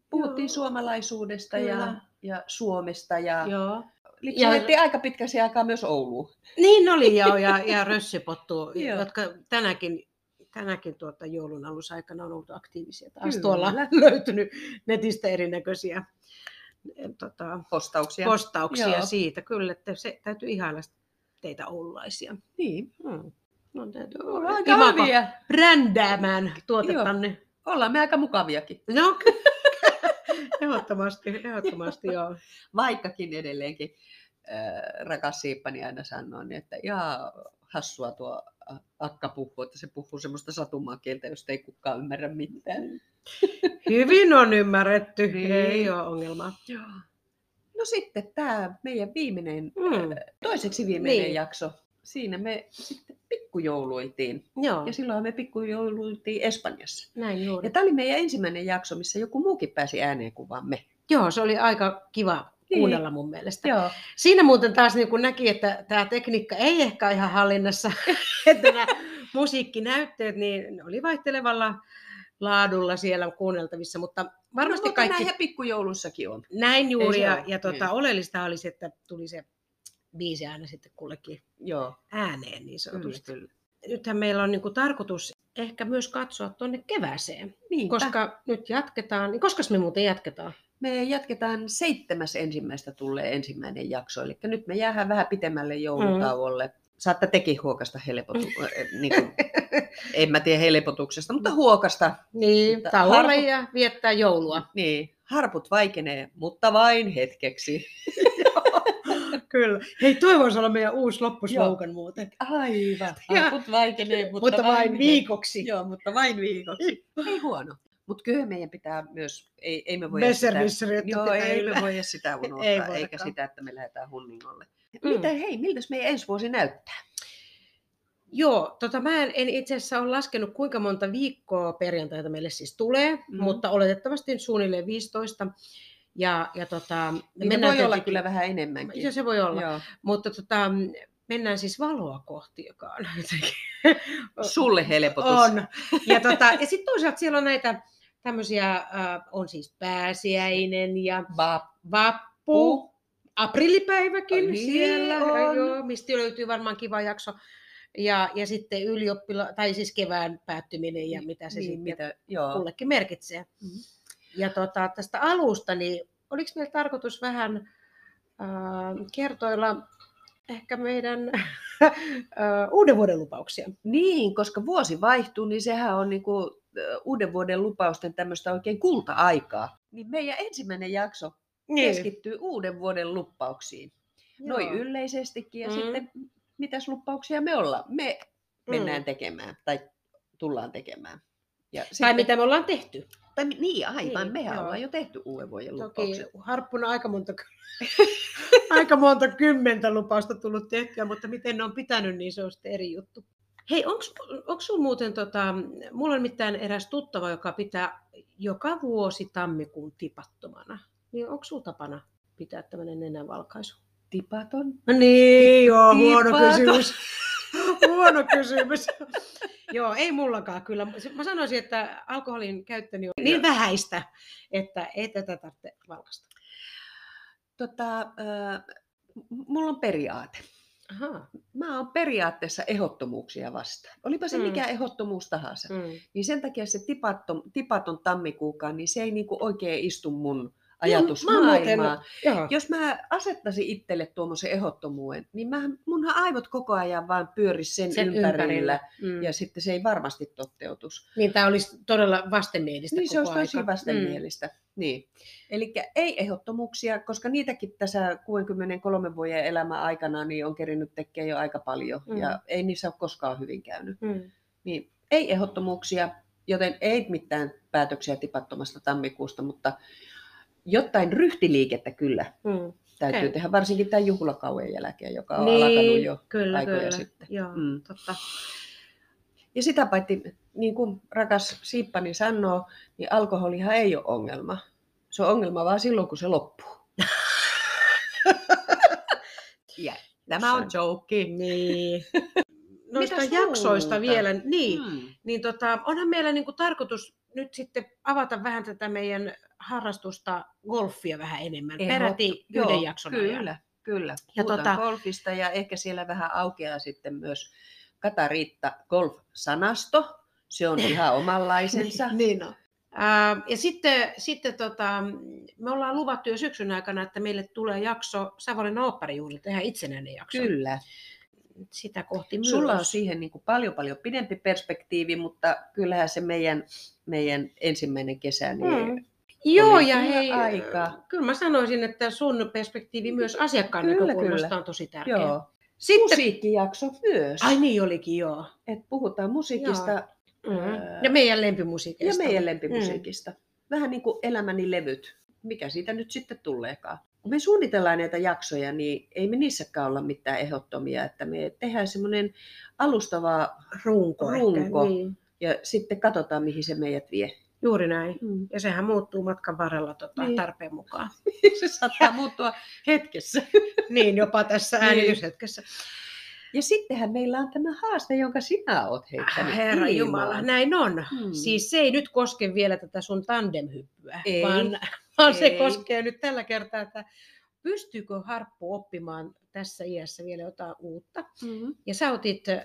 Speaker 1: Puhuttiin
Speaker 2: Joo.
Speaker 1: joo. suomalaisuudesta
Speaker 2: Kyllä.
Speaker 1: ja, ja Suomesta ja,
Speaker 2: Joo.
Speaker 1: ja... lähdettiin aika pitkäsi aikaa myös Ouluun.
Speaker 2: Niin oli joo, ja, ja rössipottu,
Speaker 1: Joo.
Speaker 2: jotka tänäkin, tänäkin tuota joulun alusaikana on ollut aktiivisia. Taas
Speaker 1: Kyllä.
Speaker 2: tuolla löytynyt netistä erinäköisiä eh, tota,
Speaker 1: Postauksia.
Speaker 2: postauksia
Speaker 1: Joo.
Speaker 2: siitä. Kyllä, että se, täytyy ihailla teitä oulaisia.
Speaker 1: niin.
Speaker 2: Hmm. No, täytyy
Speaker 1: Ollaan
Speaker 2: olla
Speaker 1: Aika
Speaker 2: kiva, kun
Speaker 1: hyviä.
Speaker 2: brändäämään tuotetanne.
Speaker 1: Ollaan me aika mukaviakin.
Speaker 2: No, ehdottomasti, ehdottomasti joo.
Speaker 1: vaikkakin edelleenkin äh, rakas siippani aina sanoo, niin että ihan hassua tuo äh, akka puhuu, että se puhuu semmoista satumaa kieltä, josta ei kukaan ymmärrä mitään.
Speaker 2: Hyvin on ymmärretty,
Speaker 1: Niin.
Speaker 2: ei ole ongelmaa.
Speaker 1: Joo. No sitten tämä meidän viimeinen,
Speaker 2: Mm.
Speaker 1: äh, toiseksi viimeinen
Speaker 2: Niin.
Speaker 1: niin. jakso. Siinä me sitten pikkujouluitiin.
Speaker 2: Joo,
Speaker 1: Ja silloin me pikkujouluitiin Espanjassa.
Speaker 2: näin juuri.
Speaker 1: Ja tämä oli meidän ensimmäinen jakso, missä joku muukin pääsi ääneen kuin vaan me.
Speaker 2: Joo, se oli aika kiva
Speaker 1: Niin.
Speaker 2: kuunnella mun mielestä.
Speaker 1: Joo.
Speaker 2: Siinä muuten taas niin kun näki, että tämä tekniikka ei ehkä ihan hallinnassa, että nämä musiikkinäytteet niin ne oli vaihtelevalla laadulla siellä kuunneltavissa, mutta varmasti
Speaker 1: no,
Speaker 2: no, kaikki näin,
Speaker 1: Näinhän pikkujoulussakin on.
Speaker 2: näin juuri
Speaker 1: Ei se
Speaker 2: ja,
Speaker 1: ole,
Speaker 2: ja tuota,
Speaker 1: niin.
Speaker 2: oleellista oli se, että tuli se biisi aina sitten kullekin
Speaker 1: Joo,
Speaker 2: ääneen niin sanotusti.
Speaker 1: kyllä.
Speaker 2: Nythän meillä on niin kuin tarkoitus ehkä myös katsoa tuonne kevääseen,
Speaker 1: Niinpä.
Speaker 2: koska nyt jatketaan, niin koska me muuten jatketaan?
Speaker 1: Me jatketaan seitsemäs ensimmäistä tulee ensimmäinen jakso, eli nyt me jäähän vähän pitemmälle joulutauolle. Mm. Saatte tekin huokasta helpotu... äh, niin kuin, en mä tiedä helpotuksesta, mutta huokasta.
Speaker 2: Niin,
Speaker 1: Mutta
Speaker 2: tauolle
Speaker 1: harvo-
Speaker 2: ja viettää joulua.
Speaker 1: Niin, harput vaikenee, mutta vain hetkeksi.
Speaker 2: Kyllä. Hei, toi voisi olla meidän uusi loppuslogan muuten.
Speaker 1: Aivan.
Speaker 2: Ja-
Speaker 1: Akut vaikenee, mutta,
Speaker 2: Mutta vain viikoksi.
Speaker 1: Joo, mutta vain viikoksi. Ei huono. Mutta kyllä meidän pitää myös, ei, ei me voi
Speaker 2: Besservisseriyttä
Speaker 1: Joo,
Speaker 2: pitää
Speaker 1: ei
Speaker 2: yllä.
Speaker 1: me voi sitä unohtaa,
Speaker 2: Ei
Speaker 1: eikä
Speaker 2: voidakaan.
Speaker 1: sitä, että me lähdetään hunningolle.
Speaker 2: Mm.
Speaker 1: Mitä, hei, miltäs meidän ensi vuosi näyttää?
Speaker 2: Joo, tota mä en, en itse asiassa ole laskenut kuinka monta viikkoa perjantaita meille siis tulee, mm.
Speaker 1: Mm.
Speaker 2: mutta oletettavasti nyt suunnilleen 15. Ja, ja tota,
Speaker 1: Niitä voi olla
Speaker 2: tietenkin-
Speaker 1: kyllä vähän enemmänkin.
Speaker 2: Joo, se voi olla.
Speaker 1: Joo.
Speaker 2: Mutta tota, mennään siis valoa kohti, joka on jotenkin...
Speaker 1: Sulle helpotus.
Speaker 2: on. Ja, tota, ja sitten toisaalta siellä on näitä tämmöisiä, äh, on siis pääsiäinen ja
Speaker 1: Vappu.
Speaker 2: vappu, aprillipäiväkin
Speaker 1: Niin
Speaker 2: siellä,
Speaker 1: on.
Speaker 2: joo, mistä löytyy varmaan kiva jakso. Ja, ja sitten ylioppila, tai siis kevään päättyminen ja mitä se niin,
Speaker 1: niin,
Speaker 2: sitten mitä... Mm-hmm.
Speaker 1: mitä, joo.
Speaker 2: kullekin merkitsee.
Speaker 1: Mhm.
Speaker 2: Ja tota, tästä alusta, niin oliko meillä tarkoitus vähän äh, kertoilla ehkä meidän äh, uuden vuoden lupauksia?
Speaker 1: Niin, koska vuosi vaihtuu, niin sehän on niinku ö, uuden vuoden lupausten tämmöistä oikein kulta-aikaa. Niin meidän ensimmäinen jakso keskittyy uuden vuoden luppauksiin.
Speaker 2: Niin. Joo.
Speaker 1: Noin yleisestikin ja
Speaker 2: Mm.
Speaker 1: sitten mitäs luppauksia me ollaan. Me
Speaker 2: Mm.
Speaker 1: mennään tekemään tai tullaan tekemään. Ja
Speaker 2: Tai
Speaker 1: sitten-
Speaker 2: mitä me ollaan tehty.
Speaker 1: tai mi- niin, aivan.
Speaker 2: Niin,
Speaker 1: Niin, mehän
Speaker 2: joo.
Speaker 1: joo. ollaan jo tehty uuden vuoden
Speaker 2: Toki
Speaker 1: lupaukset.
Speaker 2: harppuna aika monta, aika monta kymmentä lupausta tullut tehtyä, mutta miten ne on pitänyt, niin se on sitten eri juttu. Hei, onko sinulla muuten, tota, mulla on mitään eräs tuttava, joka pitää joka vuosi tammikuun tipattomana. Niin onko sinulla tapana pitää tämmöinen nenänvalkaisu?
Speaker 1: Tipaton.
Speaker 2: No niin, joo, huono
Speaker 1: Tipaton.
Speaker 2: kysymys. huono kysymys. joo, ei mullakaan kyllä. Se- Mä sanoisin, että alkoholin käyttöni on niin vähäistä, että ei tätä tarvitse valkaista.
Speaker 1: Tota, äh, m- mulla on periaate.
Speaker 2: Ahaa.
Speaker 1: Mä oon periaatteessa ehdottomuuksia vastaan. Olipa se
Speaker 2: Mm.
Speaker 1: mikä ehdottomuus tahansa.
Speaker 2: Mm.
Speaker 1: Niin sen takia se tipaton, tipaton tammikuukaan, niin se ei niinku oikein istu
Speaker 2: Niin,
Speaker 1: mun ajatusmaailmaan.
Speaker 2: Joo.
Speaker 1: Jos mä asettaisin itselle tuommoisen ehdottomuuden, niin mä, munhan aivot koko ajan vaan pyörisi sen, sen ympärillä. ympärillä.
Speaker 2: Mm.
Speaker 1: Ja sitten se ei varmasti toteutus.
Speaker 2: Niin tämä olisi todella vastenmielistä
Speaker 1: Niin se
Speaker 2: koko
Speaker 1: olisi tosi
Speaker 2: aika.
Speaker 1: vastenmielistä. Mm. Niin. Eli ei ehdottomuuksia, koska niitäkin tässä 63 vuoden elämän aikana niin on kerinyt tekemään jo aika paljon.
Speaker 2: Mm.
Speaker 1: Mm. Ja ei niissä ole koskaan hyvin käynyt.
Speaker 2: Mm. Mm.
Speaker 1: Niin ei ehdottomuuksia, joten ei mitään päätöksiä tipattomasta tammikuusta, mutta jotain ryhtiliikettä kyllä
Speaker 2: Mm.
Speaker 1: täytyy
Speaker 2: Okei.
Speaker 1: okay. tehdä, varsinkin tämän juhlakauden jälkeen, joka on niin. alkanut
Speaker 2: Niin,
Speaker 1: jo.
Speaker 2: kyllä,
Speaker 1: aikoja
Speaker 2: kyllä.
Speaker 1: sitten.
Speaker 2: Joo,
Speaker 1: Mm.
Speaker 2: totta.
Speaker 1: Ja sitä paitsi, niin kuin rakas Siippani sanoo, niin alkoholihan ei ole ongelma. Se on ongelma vaan silloin, kun se loppuu. ja, tämä on joke.
Speaker 2: Niin. Noista
Speaker 1: Mitäs
Speaker 2: jaksoista
Speaker 1: muuta?
Speaker 2: vielä, niin, mm.
Speaker 1: Mm.
Speaker 2: niin tota, onhan meillä niinku tarkoitus nyt sitten avata vähän tätä meidän harrastusta golfia vähän enemmän.
Speaker 1: Ehdot-
Speaker 2: Peräti
Speaker 1: joo,
Speaker 2: yhden jakson ajan.
Speaker 1: Kyllä, kyllä.
Speaker 2: Ja
Speaker 1: Ja tota...
Speaker 2: tota-
Speaker 1: golfista ja ehkä siellä vähän aukeaa sitten myös Katariitta golf-sanasto. Se on ihan omanlaisensa.
Speaker 2: niin on. Ää, ja sitten, sitten tota, me ollaan luvattu jo syksyn aikana, että meille tulee jakso Savonlinnan oopparijuhlat, ihan itsenäinen jakso.
Speaker 1: Kyllä.
Speaker 2: Sitä kohti myös.
Speaker 1: Sulla on siihen niin kuin paljon paljon pidempi perspektiivi, mutta kyllähän se meidän, meidän ensimmäinen kesä, niin
Speaker 2: Mm. Joo,
Speaker 1: Oli
Speaker 2: ja
Speaker 1: kyllä
Speaker 2: hei,
Speaker 1: aikaa.
Speaker 2: kyllä mä sanoisin, että sun perspektiivi myös asiakkaan
Speaker 1: Kyllä,
Speaker 2: näkökulmasta
Speaker 1: kyllä.
Speaker 2: on tosi tärkeä.
Speaker 1: joo.
Speaker 2: Sitten,
Speaker 1: musiikkijakso myös.
Speaker 2: ai niin olikin, joo.
Speaker 1: Et puhutaan musiikista
Speaker 2: Joo. Mm.
Speaker 1: Ää,
Speaker 2: Ja meidän lempimusiikeista.
Speaker 1: ja meidän lempimusiikista. Vähän niin kuin elämäni levyt, mikä siitä nyt sitten tuleekaan. Kun me suunnitellaan näitä jaksoja, niin ei me niissäkään olla mitään ehdottomia, että me tehdään semmoinen alustava
Speaker 2: Mm. Runko. ehkä,
Speaker 1: Runko.
Speaker 2: Niin.
Speaker 1: ja sitten katsotaan, mihin se meidät vie.
Speaker 2: Juuri näin.
Speaker 1: Mm.
Speaker 2: Ja sehän muuttuu matkan varrella tota,
Speaker 1: Niin.
Speaker 2: tarpeen mukaan.
Speaker 1: se saattaa muuttua hetkessä.
Speaker 2: niin, jopa tässä
Speaker 1: Niin.
Speaker 2: äänityshetkessä.
Speaker 1: Ja sittenhän meillä on tämä haaste, jonka sinä olet heittänyt.
Speaker 2: Ah, Herra
Speaker 1: ilmaan.
Speaker 2: Jumala, näin on.
Speaker 1: Hmm.
Speaker 2: Siis se ei nyt koske vielä tätä sun tandemhyppyä,
Speaker 1: Ei,
Speaker 2: vaan, vaan se
Speaker 1: ei.
Speaker 2: koskee nyt tällä kertaa, että pystyykö Harppu oppimaan tässä iässä vielä jotain uutta.
Speaker 1: Mm.
Speaker 2: Ja sä otit äh,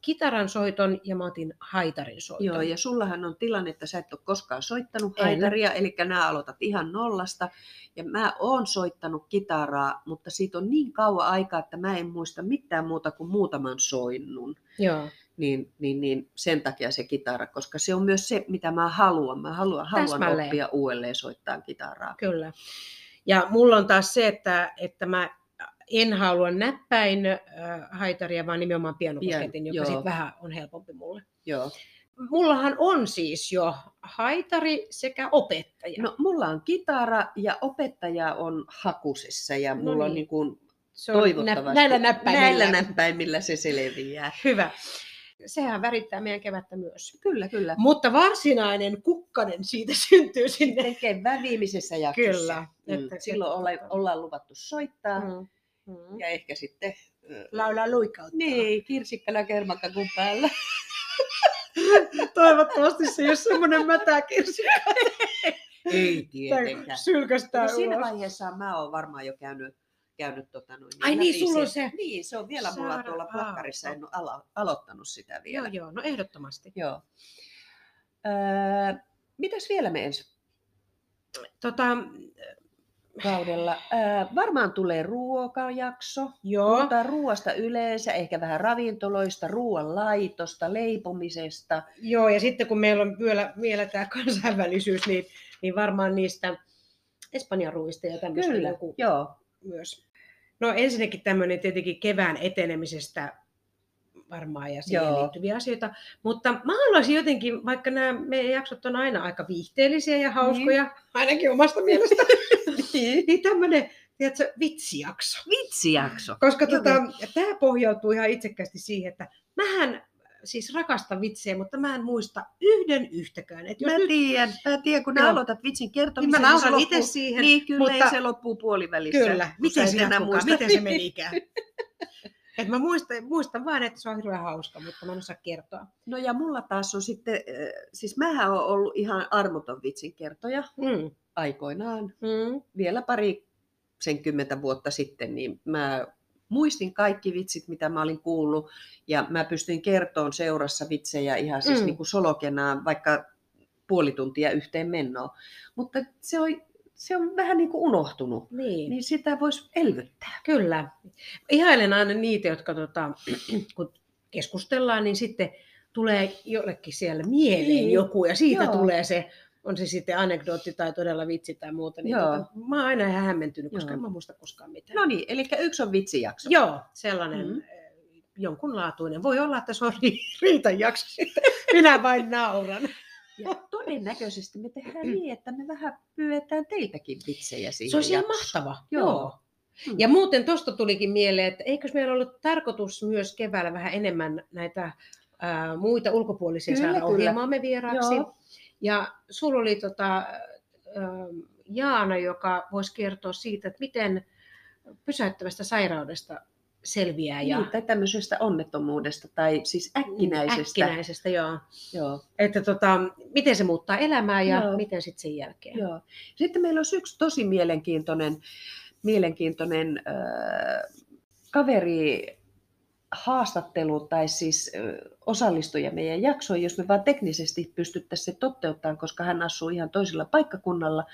Speaker 2: kitaran soiton ja mä otin haitarin soiton.
Speaker 1: Joo, ja sullahan on tilanne, että sä et ole koskaan soittanut
Speaker 2: En.
Speaker 1: haitaria, eli nämä aloitat ihan nollasta. Ja mä oon soittanut kitaraa, mutta siitä on niin kauan aikaa, että mä en muista mitään muuta kuin muutaman soinnun.
Speaker 2: Joo.
Speaker 1: Niin, niin, niin sen takia se kitara, koska se on myös se, mitä mä haluan. Mä haluan, haluan
Speaker 2: Täsmälleen.
Speaker 1: oppia uudelleen soittaa kitaraa.
Speaker 2: Kyllä. Ja mulla on taas se, että, että mä en halua näppäin äh, haitaria, vaan nimenomaan pianokosketin,
Speaker 1: Pian-
Speaker 2: joka
Speaker 1: joo.
Speaker 2: sitten vähän on helpompi mulle.
Speaker 1: Joo.
Speaker 2: Mullahan on siis jo haitari sekä opettaja.
Speaker 1: No, mulla on kitara ja opettaja on hakusessa ja mulla on
Speaker 2: niin.
Speaker 1: niin kuin
Speaker 2: se
Speaker 1: toivottavasti
Speaker 2: nä- näillä näppäimillä.
Speaker 1: näillä näppäimillä se selviää.
Speaker 2: Hyvä. Sehän värittää meidän kevättä myös.
Speaker 1: Kyllä, kyllä.
Speaker 2: Mutta varsinainen kukkanen siitä syntyy sinne.
Speaker 1: Sitten kevään viimeisessä jaksossa.
Speaker 2: Kyllä,
Speaker 1: Mm.
Speaker 2: että-
Speaker 1: Silloin
Speaker 2: että-
Speaker 1: ole, ollaan luvattu soittaa
Speaker 2: Mm. Mm.
Speaker 1: ja ehkä sitten... ö,
Speaker 2: Laulaa luikautta.
Speaker 1: Niin, kirsikkana kermakakun päällä.
Speaker 2: Toivottavasti se ei ole semmoinen mätäkirsi.
Speaker 1: Ei
Speaker 2: Sylkästää
Speaker 1: No,
Speaker 2: no,
Speaker 1: siinä
Speaker 2: ulos.
Speaker 1: vaiheessa mä oon varmaan jo käynyt, käynyt tota noin,
Speaker 2: Ai
Speaker 1: läpi
Speaker 2: niin, sulla on se.
Speaker 1: Niin, se on vielä mulla
Speaker 2: Saara
Speaker 1: tuolla plakkarissa, en ole ala, aloittanut sitä
Speaker 2: Joo,
Speaker 1: vielä.
Speaker 2: joo, no ehdottomasti.
Speaker 1: Joo. Öö, mitäs vielä me ensi
Speaker 2: Tota,
Speaker 1: kaudella? Öö, varmaan tulee ruokajakso.
Speaker 2: joo,
Speaker 1: Puhutaan ruoasta yleensä, ehkä vähän ravintoloista, ruoanlaitosta, leipomisesta.
Speaker 2: joo, ja sitten kun meillä on vielä, vielä tämä kansainvälisyys, niin, niin varmaan niistä Espanjan ruuista ja tämmöistä
Speaker 1: Kyllä,
Speaker 2: joku
Speaker 1: joo.
Speaker 2: myös. No ensinnäkin tämmöinen tietenkin kevään etenemisestä varmaan ja siihen
Speaker 1: Joo.
Speaker 2: Joo. liittyviä asioita. Mutta mä haluaisin jotenkin, vaikka nämä meidän jaksot on aina aika viihteellisiä ja hauskoja, niin. ainakin omasta mielestä, niin tämmöinen tiedätkö, vitsijakso.
Speaker 1: Vitsijakso.
Speaker 2: Koska
Speaker 1: Joo.
Speaker 2: tota, tämä pohjautuu ihan itsekkäästi siihen, että mähän siis rakastan vitsejä, mutta mä en muista yhden yhtäkään. Et jos
Speaker 1: Mä
Speaker 2: nyt,
Speaker 1: tiedän, mä tiedän, kun
Speaker 2: Joo.
Speaker 1: nää aloitat vitsin
Speaker 2: niin
Speaker 1: kertomisen.
Speaker 2: mä
Speaker 1: niin se
Speaker 2: nauran itse
Speaker 1: loppuu-
Speaker 2: siihen.
Speaker 1: Niin, kyllä mutta...
Speaker 2: mutta-
Speaker 1: se loppuu puolivälissä.
Speaker 2: Kyllä,
Speaker 1: kun sä
Speaker 2: miten
Speaker 1: et
Speaker 2: se
Speaker 1: enää
Speaker 2: jatkukaan,
Speaker 1: muista.
Speaker 2: miten se menikään. Et mä muistan, muistan vaan, että se on hirveän hauska, mutta mä en osaa kertoa.
Speaker 1: No ja mulla taas on sitten, äh, siis mähän on ollut ihan armoton vitsin kertoja
Speaker 2: Mm.
Speaker 1: aikoinaan,
Speaker 2: Mm.
Speaker 1: vielä pari sen kymmentä vuotta sitten, niin mä muistin kaikki vitsit, mitä mä olin kuullut, ja mä pystyin kertoon seurassa vitsejä ihan siis mm.
Speaker 2: Mm.
Speaker 1: niin kuin solokenaan, vaikka puoli tuntia yhteen mennoon. Mutta se on, se on vähän niin kuin unohtunut,
Speaker 2: Niin, niin,
Speaker 1: niin sitä voisi elvyttää.
Speaker 2: kyllä. Ihailen aina niitä, jotka tota, kun keskustellaan, niin sitten tulee jollekin siellä mieleen
Speaker 1: Niin.
Speaker 2: niin. joku ja siitä
Speaker 1: Joo.
Speaker 2: Joo. tulee se, on se sitten anekdootti tai todella vitsi tai muuta. Niin
Speaker 1: Joo.
Speaker 2: tota, mä oon aina ihan hämmentynyt, koska
Speaker 1: Joo.
Speaker 2: Joo. en mä muista koskaan mitään.
Speaker 1: No niin, eli yksi on vitsijakso.
Speaker 2: Joo, sellainen
Speaker 1: Mm.
Speaker 2: mm. jonkunlaatuinen. Voi olla, että se on ri- riitan jakso sitten. Minä vain nauran.
Speaker 1: Ja todennäköisesti me tehdään niin, että me vähän pyydetään teiltäkin vitsejä siihen.
Speaker 2: Se olisi ihan
Speaker 1: jaksoon.
Speaker 2: mahtava.
Speaker 1: Joo.
Speaker 2: Joo.
Speaker 1: Mm.
Speaker 2: Ja muuten tuosta tulikin mieleen, että eikös meillä ollut tarkoitus myös keväällä vähän enemmän näitä ää, muita ulkopuolisia
Speaker 1: Kyllä,
Speaker 2: saada
Speaker 1: kyllä.
Speaker 2: ohjelmaamme vieraaksi.
Speaker 1: Joo.
Speaker 2: Ja sulla oli tota, ää, Jaana, joka voisi kertoa siitä, että miten pysäyttävästä sairaudesta selviää ja
Speaker 1: Niin, tai tämmöisestä onnettomuudesta tai siis
Speaker 2: Mm,
Speaker 1: äkkinäisestä.
Speaker 2: äkkinäisestä joo.
Speaker 1: Joo,
Speaker 2: Että tota, miten se muuttaa elämää ja
Speaker 1: Joo.
Speaker 2: joo. miten sitten sen jälkeen.
Speaker 1: joo. Sitten meillä on yksi tosi mielenkiintoinen, mielenkiintoinen äh, kaveri haastattelu tai siis äh, osallistuja meidän jaksoon, jos me vaan teknisesti pystyttäisiin se toteuttamaan, koska hän asuu ihan toisella paikkakunnalla.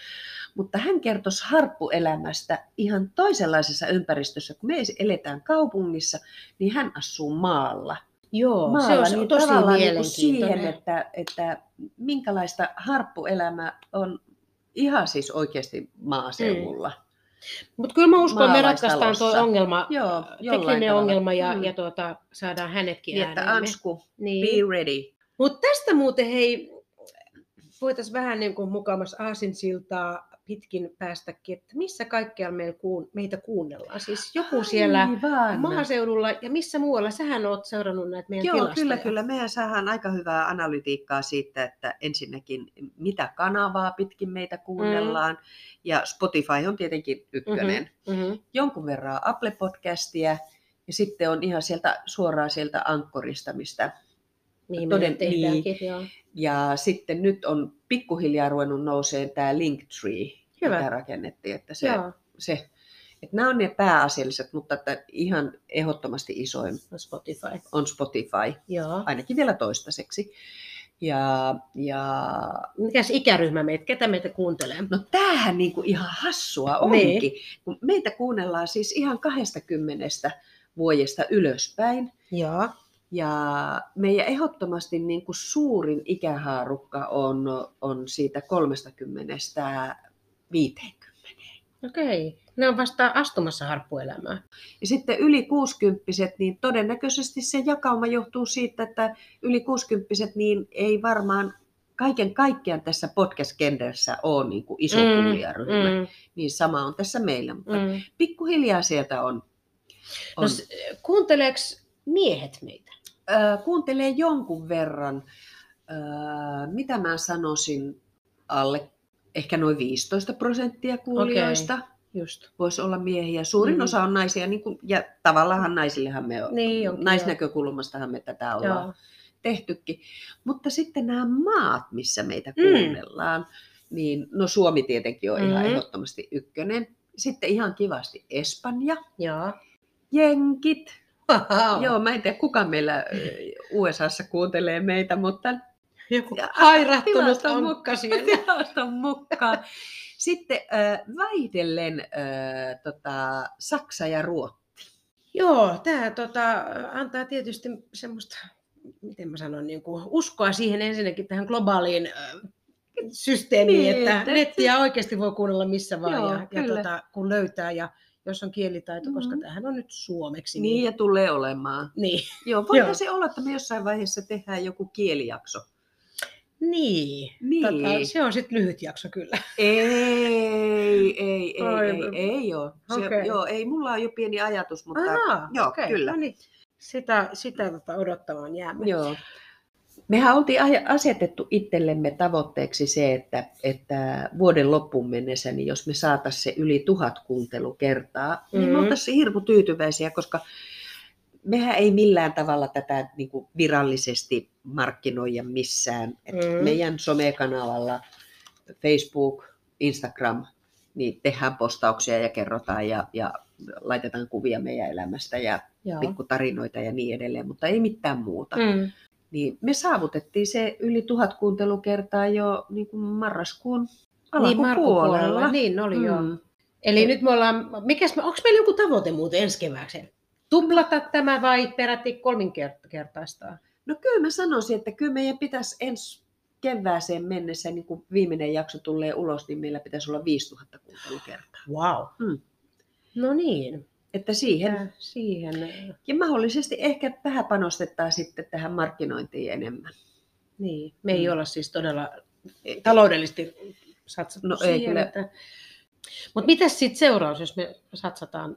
Speaker 1: Mutta hän kertoi harppuelämästä ihan toisenlaisessa ympäristössä. Kun me eletään kaupungissa, niin hän asuu maalla.
Speaker 2: Joo,
Speaker 1: maalla,
Speaker 2: se on
Speaker 1: niin
Speaker 2: niin tosi
Speaker 1: tavallaan niin kuin
Speaker 2: mielenkiintoinen.
Speaker 1: siihen, että, että minkälaista harppuelämä on ihan siis oikeasti maaseudulla.
Speaker 2: Mm. Mutta kyllä mä uskon, että me ratkaistaan tuo
Speaker 1: maalaistalossa.
Speaker 2: ongelma,
Speaker 1: Joo, jollain
Speaker 2: tekninen
Speaker 1: tavalla.
Speaker 2: ongelma ja,
Speaker 1: Mm.
Speaker 2: ja tuota, saadaan hänetkin
Speaker 1: Niin, että
Speaker 2: ääneen.
Speaker 1: Ansku,
Speaker 2: Niin.
Speaker 1: be ready.
Speaker 2: Mutta tästä muuten hei, voitaisiin vähän niin kuin mukamas aasinsiltaa pitkin päästäkin, että missä kaikkialla meillä kuun, meitä kuunnellaan. Siis joku siellä
Speaker 1: Aivan.
Speaker 2: maaseudulla ja missä muualla. Sähän oot seurannut näitä meidän
Speaker 1: Joo,
Speaker 2: tilastoja.
Speaker 1: kyllä, kyllä. Mehän saadaan aika hyvää analytiikkaa siitä, että ensinnäkin mitä kanavaa pitkin meitä kuunnellaan. Mm. Ja Spotify on tietenkin ykkönen. Mm-hmm.
Speaker 2: Mm-hmm.
Speaker 1: Jonkun verran Apple-podcastia ja sitten on ihan sieltä suoraan sieltä Ankkorista, mistä
Speaker 2: Mihin
Speaker 1: Toden- niin.
Speaker 2: me Niin, tehdäänkin. Joo.
Speaker 1: Ja sitten nyt on pikkuhiljaa ruvennut nouseen tämä Linktree,
Speaker 2: Hyvä.
Speaker 1: mitä rakennettiin. Että se,
Speaker 2: Joo.
Speaker 1: se, että nämä on ne pääasialliset, mutta että ihan ehdottomasti isoin
Speaker 2: No Spotify.
Speaker 1: on Spotify,
Speaker 2: Joo.
Speaker 1: ainakin vielä toistaiseksi. Ja, ja
Speaker 2: Mikäs ikäryhmä meitä? Ketä meitä kuuntelee?
Speaker 1: no tämähän niinku ihan hassua
Speaker 2: Niin.
Speaker 1: onkin. Kun Meitä kuunnellaan siis ihan 20 vuodesta ylöspäin.
Speaker 2: Joo.
Speaker 1: Ja meidän ehdottomasti niin kuin suurin ikähaarukka on, on siitä 30 50.
Speaker 2: Okei. ne on vasta astumassa harppuelämään.
Speaker 1: Ja sitten yli 60 niin todennäköisesti se jakauma johtuu siitä, että yli 60 niin ei varmaan kaiken kaikkiaan tässä podcast-kentässä ole niin kuin iso mm, kuulijaryhmä. Mm. Niin sama on tässä meillä, mutta
Speaker 2: Mm.
Speaker 1: pikkuhiljaa sieltä on. on.
Speaker 2: No, s- kuunteleeks miehet meitä?
Speaker 1: Ö, kuuntelee jonkun verran, Ö, mitä mä sanoisin, alle ehkä noin 15 prosenttia kuulijoista okay.
Speaker 2: Just.
Speaker 1: voisi olla miehiä. Suurin
Speaker 2: Mm.
Speaker 1: mm. osa on naisia, niin kuin, ja tavallaan naisillehan me on,
Speaker 2: Niin, onkin,
Speaker 1: naisnäkökulmastahan me tätä
Speaker 2: joo.
Speaker 1: ollaan
Speaker 2: Joo.
Speaker 1: tehtykin. Mutta sitten nämä maat, missä meitä
Speaker 2: Mm.
Speaker 1: kuunnellaan, niin no Suomi tietenkin on mm. ihan
Speaker 2: Mhm.
Speaker 1: ehdottomasti ykkönen. Sitten ihan kivasti Espanja,
Speaker 2: Joo.
Speaker 1: Jenkit.
Speaker 2: Wow.
Speaker 1: Joo, mä en tiedä kuka meillä ö, USAssa kuuntelee meitä, mutta
Speaker 2: Joku
Speaker 1: Ja-
Speaker 2: hairahtunut
Speaker 1: tilaston
Speaker 2: ankka siellä.
Speaker 1: tilaston mukaan. Sitten äh, vaihdellen äh, tota, Saksa ja Ruotsi.
Speaker 2: Joo, tämä tota, antaa tietysti semmoista, miten mä sanon, niin kuin uskoa siihen ensinnäkin tähän globaaliin ö, systeemiin,
Speaker 1: Niin,
Speaker 2: että
Speaker 1: että-
Speaker 2: nettiä oikeasti voi kuunnella missä vaan
Speaker 1: Joo,
Speaker 2: ja, ja
Speaker 1: kyllä.
Speaker 2: tota, kun löytää ja jos on kielitaito, koska
Speaker 1: Mhm.
Speaker 2: tämähän on nyt suomeksi.
Speaker 1: Niin ja tulee olemaan.
Speaker 2: niin.
Speaker 1: Joo, voihan
Speaker 2: Joo.
Speaker 1: se olla, että me jossain vaiheessa tehdään joku kielijakso.
Speaker 2: niin.
Speaker 1: Niin.
Speaker 2: Tota, se on sitten lyhyt jakso kyllä.
Speaker 1: Ei, ei, ei,
Speaker 2: Aivan.
Speaker 1: ei, ei ole. Se,
Speaker 2: Okei.
Speaker 1: okay. Joo, ei, mulla on jo pieni ajatus, mutta joo,
Speaker 2: okei,
Speaker 1: kyllä.
Speaker 2: No niin. Sitä, sitä tota, odottamaan jäämme.
Speaker 1: Joo. Mehän oltiin aja- asetettu itsellemme tavoitteeksi se, että, että vuoden loppuun mennessä, niin jos me saataisiin se yli tuhat kuuntelukertaa, mm-hmm. niin
Speaker 2: Mhm.
Speaker 1: me oltaisiin hirmu tyytyväisiä, koska mehän ei millään tavalla tätä niin kuin virallisesti markkinoida missään. Et
Speaker 2: Mm.
Speaker 1: Meidän somekanavalla Facebook, Instagram, niin tehdään postauksia ja kerrotaan ja, ja laitetaan kuvia meidän elämästä ja
Speaker 2: Joo.
Speaker 1: pikkutarinoita ja niin edelleen, mutta ei mitään muuta. Mm.
Speaker 2: Mm.
Speaker 1: Niin me saavutettiin se yli tuhat kuuntelukertaa jo niin kuin marraskuun
Speaker 2: Niin,
Speaker 1: alkupuolella.
Speaker 2: Markun puolella. Niin oli mm. joo. Eli nyt me ollaan, mikäs, me- onks meillä joku tavoite muuten ensi kevääkseen? Tuplata tämä vai peräti kolminkertaistaa?
Speaker 1: No kyllä mä sanoisin, että kyllä meidän pitäisi ensi kevääseen mennessä, niin kun viimeinen jakso tulee ulos, niin meillä pitäisi olla 5000 kuuntelukertaa.
Speaker 2: Wow.
Speaker 1: Mm.
Speaker 2: No niin,
Speaker 1: Että siihen.
Speaker 2: ja siihen.
Speaker 1: Ja mahdollisesti ehkä vähän panostetaan sitten tähän markkinointiin enemmän.
Speaker 2: Niin. Me ei
Speaker 1: Mm.
Speaker 2: olla siis todella taloudellisesti satsattu
Speaker 1: No ei
Speaker 2: siihen.
Speaker 1: kyllä.
Speaker 2: Että... Mutta mitäs sitten seuraus, jos me satsataan?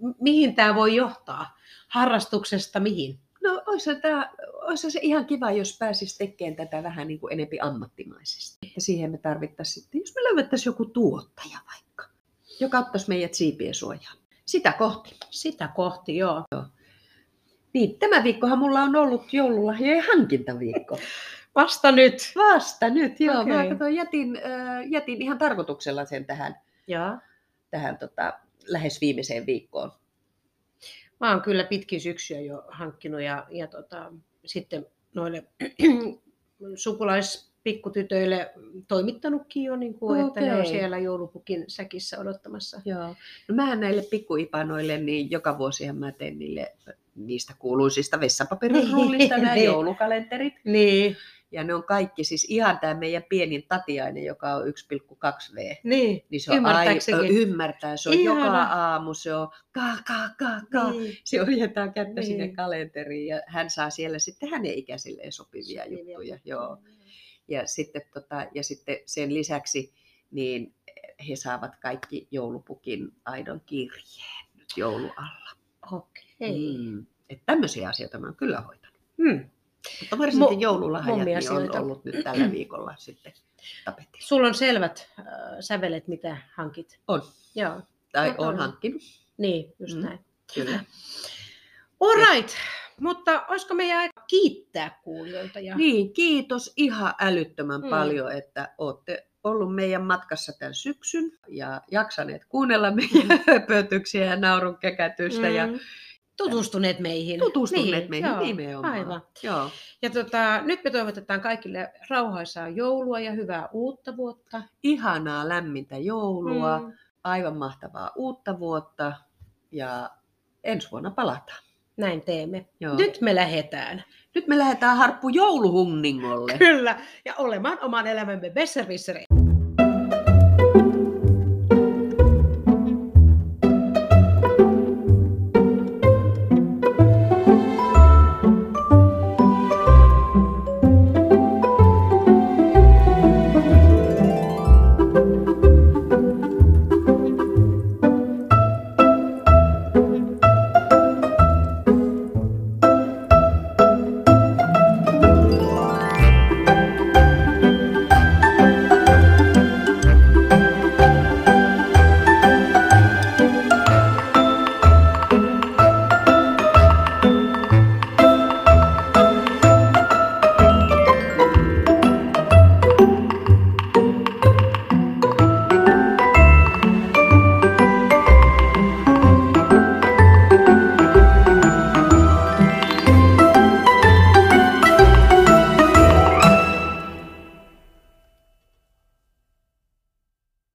Speaker 2: M- Mihin tämä voi johtaa? Harrastuksesta mihin?
Speaker 1: No olisi, tämä, olisi se ihan kiva, jos pääsisi tekemään tätä vähän niin kuin enempi ammattimaisesti. Että siihen me tarvittaisiin sitten, jos me löydettäisiin joku tuottaja vaikka, joka ottaisi meidät siipien suojaan. Sitä kohti.
Speaker 2: Sitä kohti, joo.
Speaker 1: Niin, tämä viikkohan mulla on ollut joululahjojen hankintaviikko.
Speaker 2: Vasta nyt.
Speaker 1: Vasta nyt, joo. Okay.
Speaker 2: Okei.
Speaker 1: Mä katsoin, jätin, äh, jätin ihan tarkoituksella sen tähän,
Speaker 2: Joo.
Speaker 1: tähän tota, lähes viimeiseen viikkoon.
Speaker 2: Mä oon kyllä pitkin syksyä jo hankkinut ja, ja tota, sitten noille sukulaispikkutytöille toimittanutkin jo, niin kuin, okay. että ne on
Speaker 1: Okei.
Speaker 2: siellä joulupukin säkissä odottamassa.
Speaker 1: Joo. No mähän näille pikkuipanoille, niin joka vuosi mä teen niille niistä kuuluisista vessapaperirulleista nämä
Speaker 2: Niin.
Speaker 1: joulukalenterit.
Speaker 2: Niin,
Speaker 1: Ja ne on kaikki, siis ihan tämä meidän pienin Tatiainen, joka on 1,2V.
Speaker 2: niin.
Speaker 1: Niin se on
Speaker 2: Ymmärtääkseni.
Speaker 1: ai- ö, ymmärtää, se on
Speaker 2: Ihana.
Speaker 1: joka aamu, se on kaa, kaa, kaa, kaa. Niin.
Speaker 2: Niin.
Speaker 1: Se ohjataan kättä niin. sinne
Speaker 2: Niin.
Speaker 1: kalenteriin ja hän saa siellä sitten hänen ikäisilleen sopivia,
Speaker 2: Sopivia.
Speaker 1: sopivia juttuja. Joo.
Speaker 2: Mm.
Speaker 1: Ja, sitten, tota, ja sitten sen lisäksi niin he saavat kaikki joulupukin aidon kirjeen nyt joulualla.
Speaker 2: Okei.
Speaker 1: Mm. Että tämmöisiä asioita mä oon kyllä hoitanut.
Speaker 2: Mm.
Speaker 1: Mutta varsinkin
Speaker 2: Mu-
Speaker 1: Mo- joululahjat niin on
Speaker 2: mummiasioita.
Speaker 1: ollut nyt tällä viikolla sitten tapetilla.
Speaker 2: Sulla on selvät äh, sävelet, mitä hankit.
Speaker 1: On.
Speaker 2: Joo,
Speaker 1: Tai
Speaker 2: Mä
Speaker 1: on
Speaker 2: toivon.
Speaker 1: hankkinut,
Speaker 2: niin, just mm.
Speaker 1: Mm.
Speaker 2: näin.
Speaker 1: kyllä.
Speaker 2: All right. Mutta olisiko meidän aika kiittää kuulijoita? Ja...
Speaker 1: Niin, kiitos ihan älyttömän
Speaker 2: Mm.
Speaker 1: mm. paljon, että olette ollut meidän matkassa tämän syksyn ja jaksaneet kuunnella meidän mm. höpötyksiä ja naurun kekätystä mm. ja
Speaker 2: Mm. Tutustuneet meihin.
Speaker 1: tutustuneet niin, meihin
Speaker 2: joo,
Speaker 1: joo, nimenomaan.
Speaker 2: Aivan.
Speaker 1: Joo.
Speaker 2: Ja tota, nyt me toivotetaan kaikille rauhaisaa joulua ja hyvää uutta vuotta.
Speaker 1: Ihanaa lämmintä joulua, mm. aivan mahtavaa uutta vuotta ja ensi vuonna palataan.
Speaker 2: Näin teemme.
Speaker 1: Joo.
Speaker 2: Nyt me lähetään.
Speaker 1: Nyt me lähdetään harppu jouluhunningolle.
Speaker 2: Kyllä. Ja olemaan oman elämämme besserwissereitä.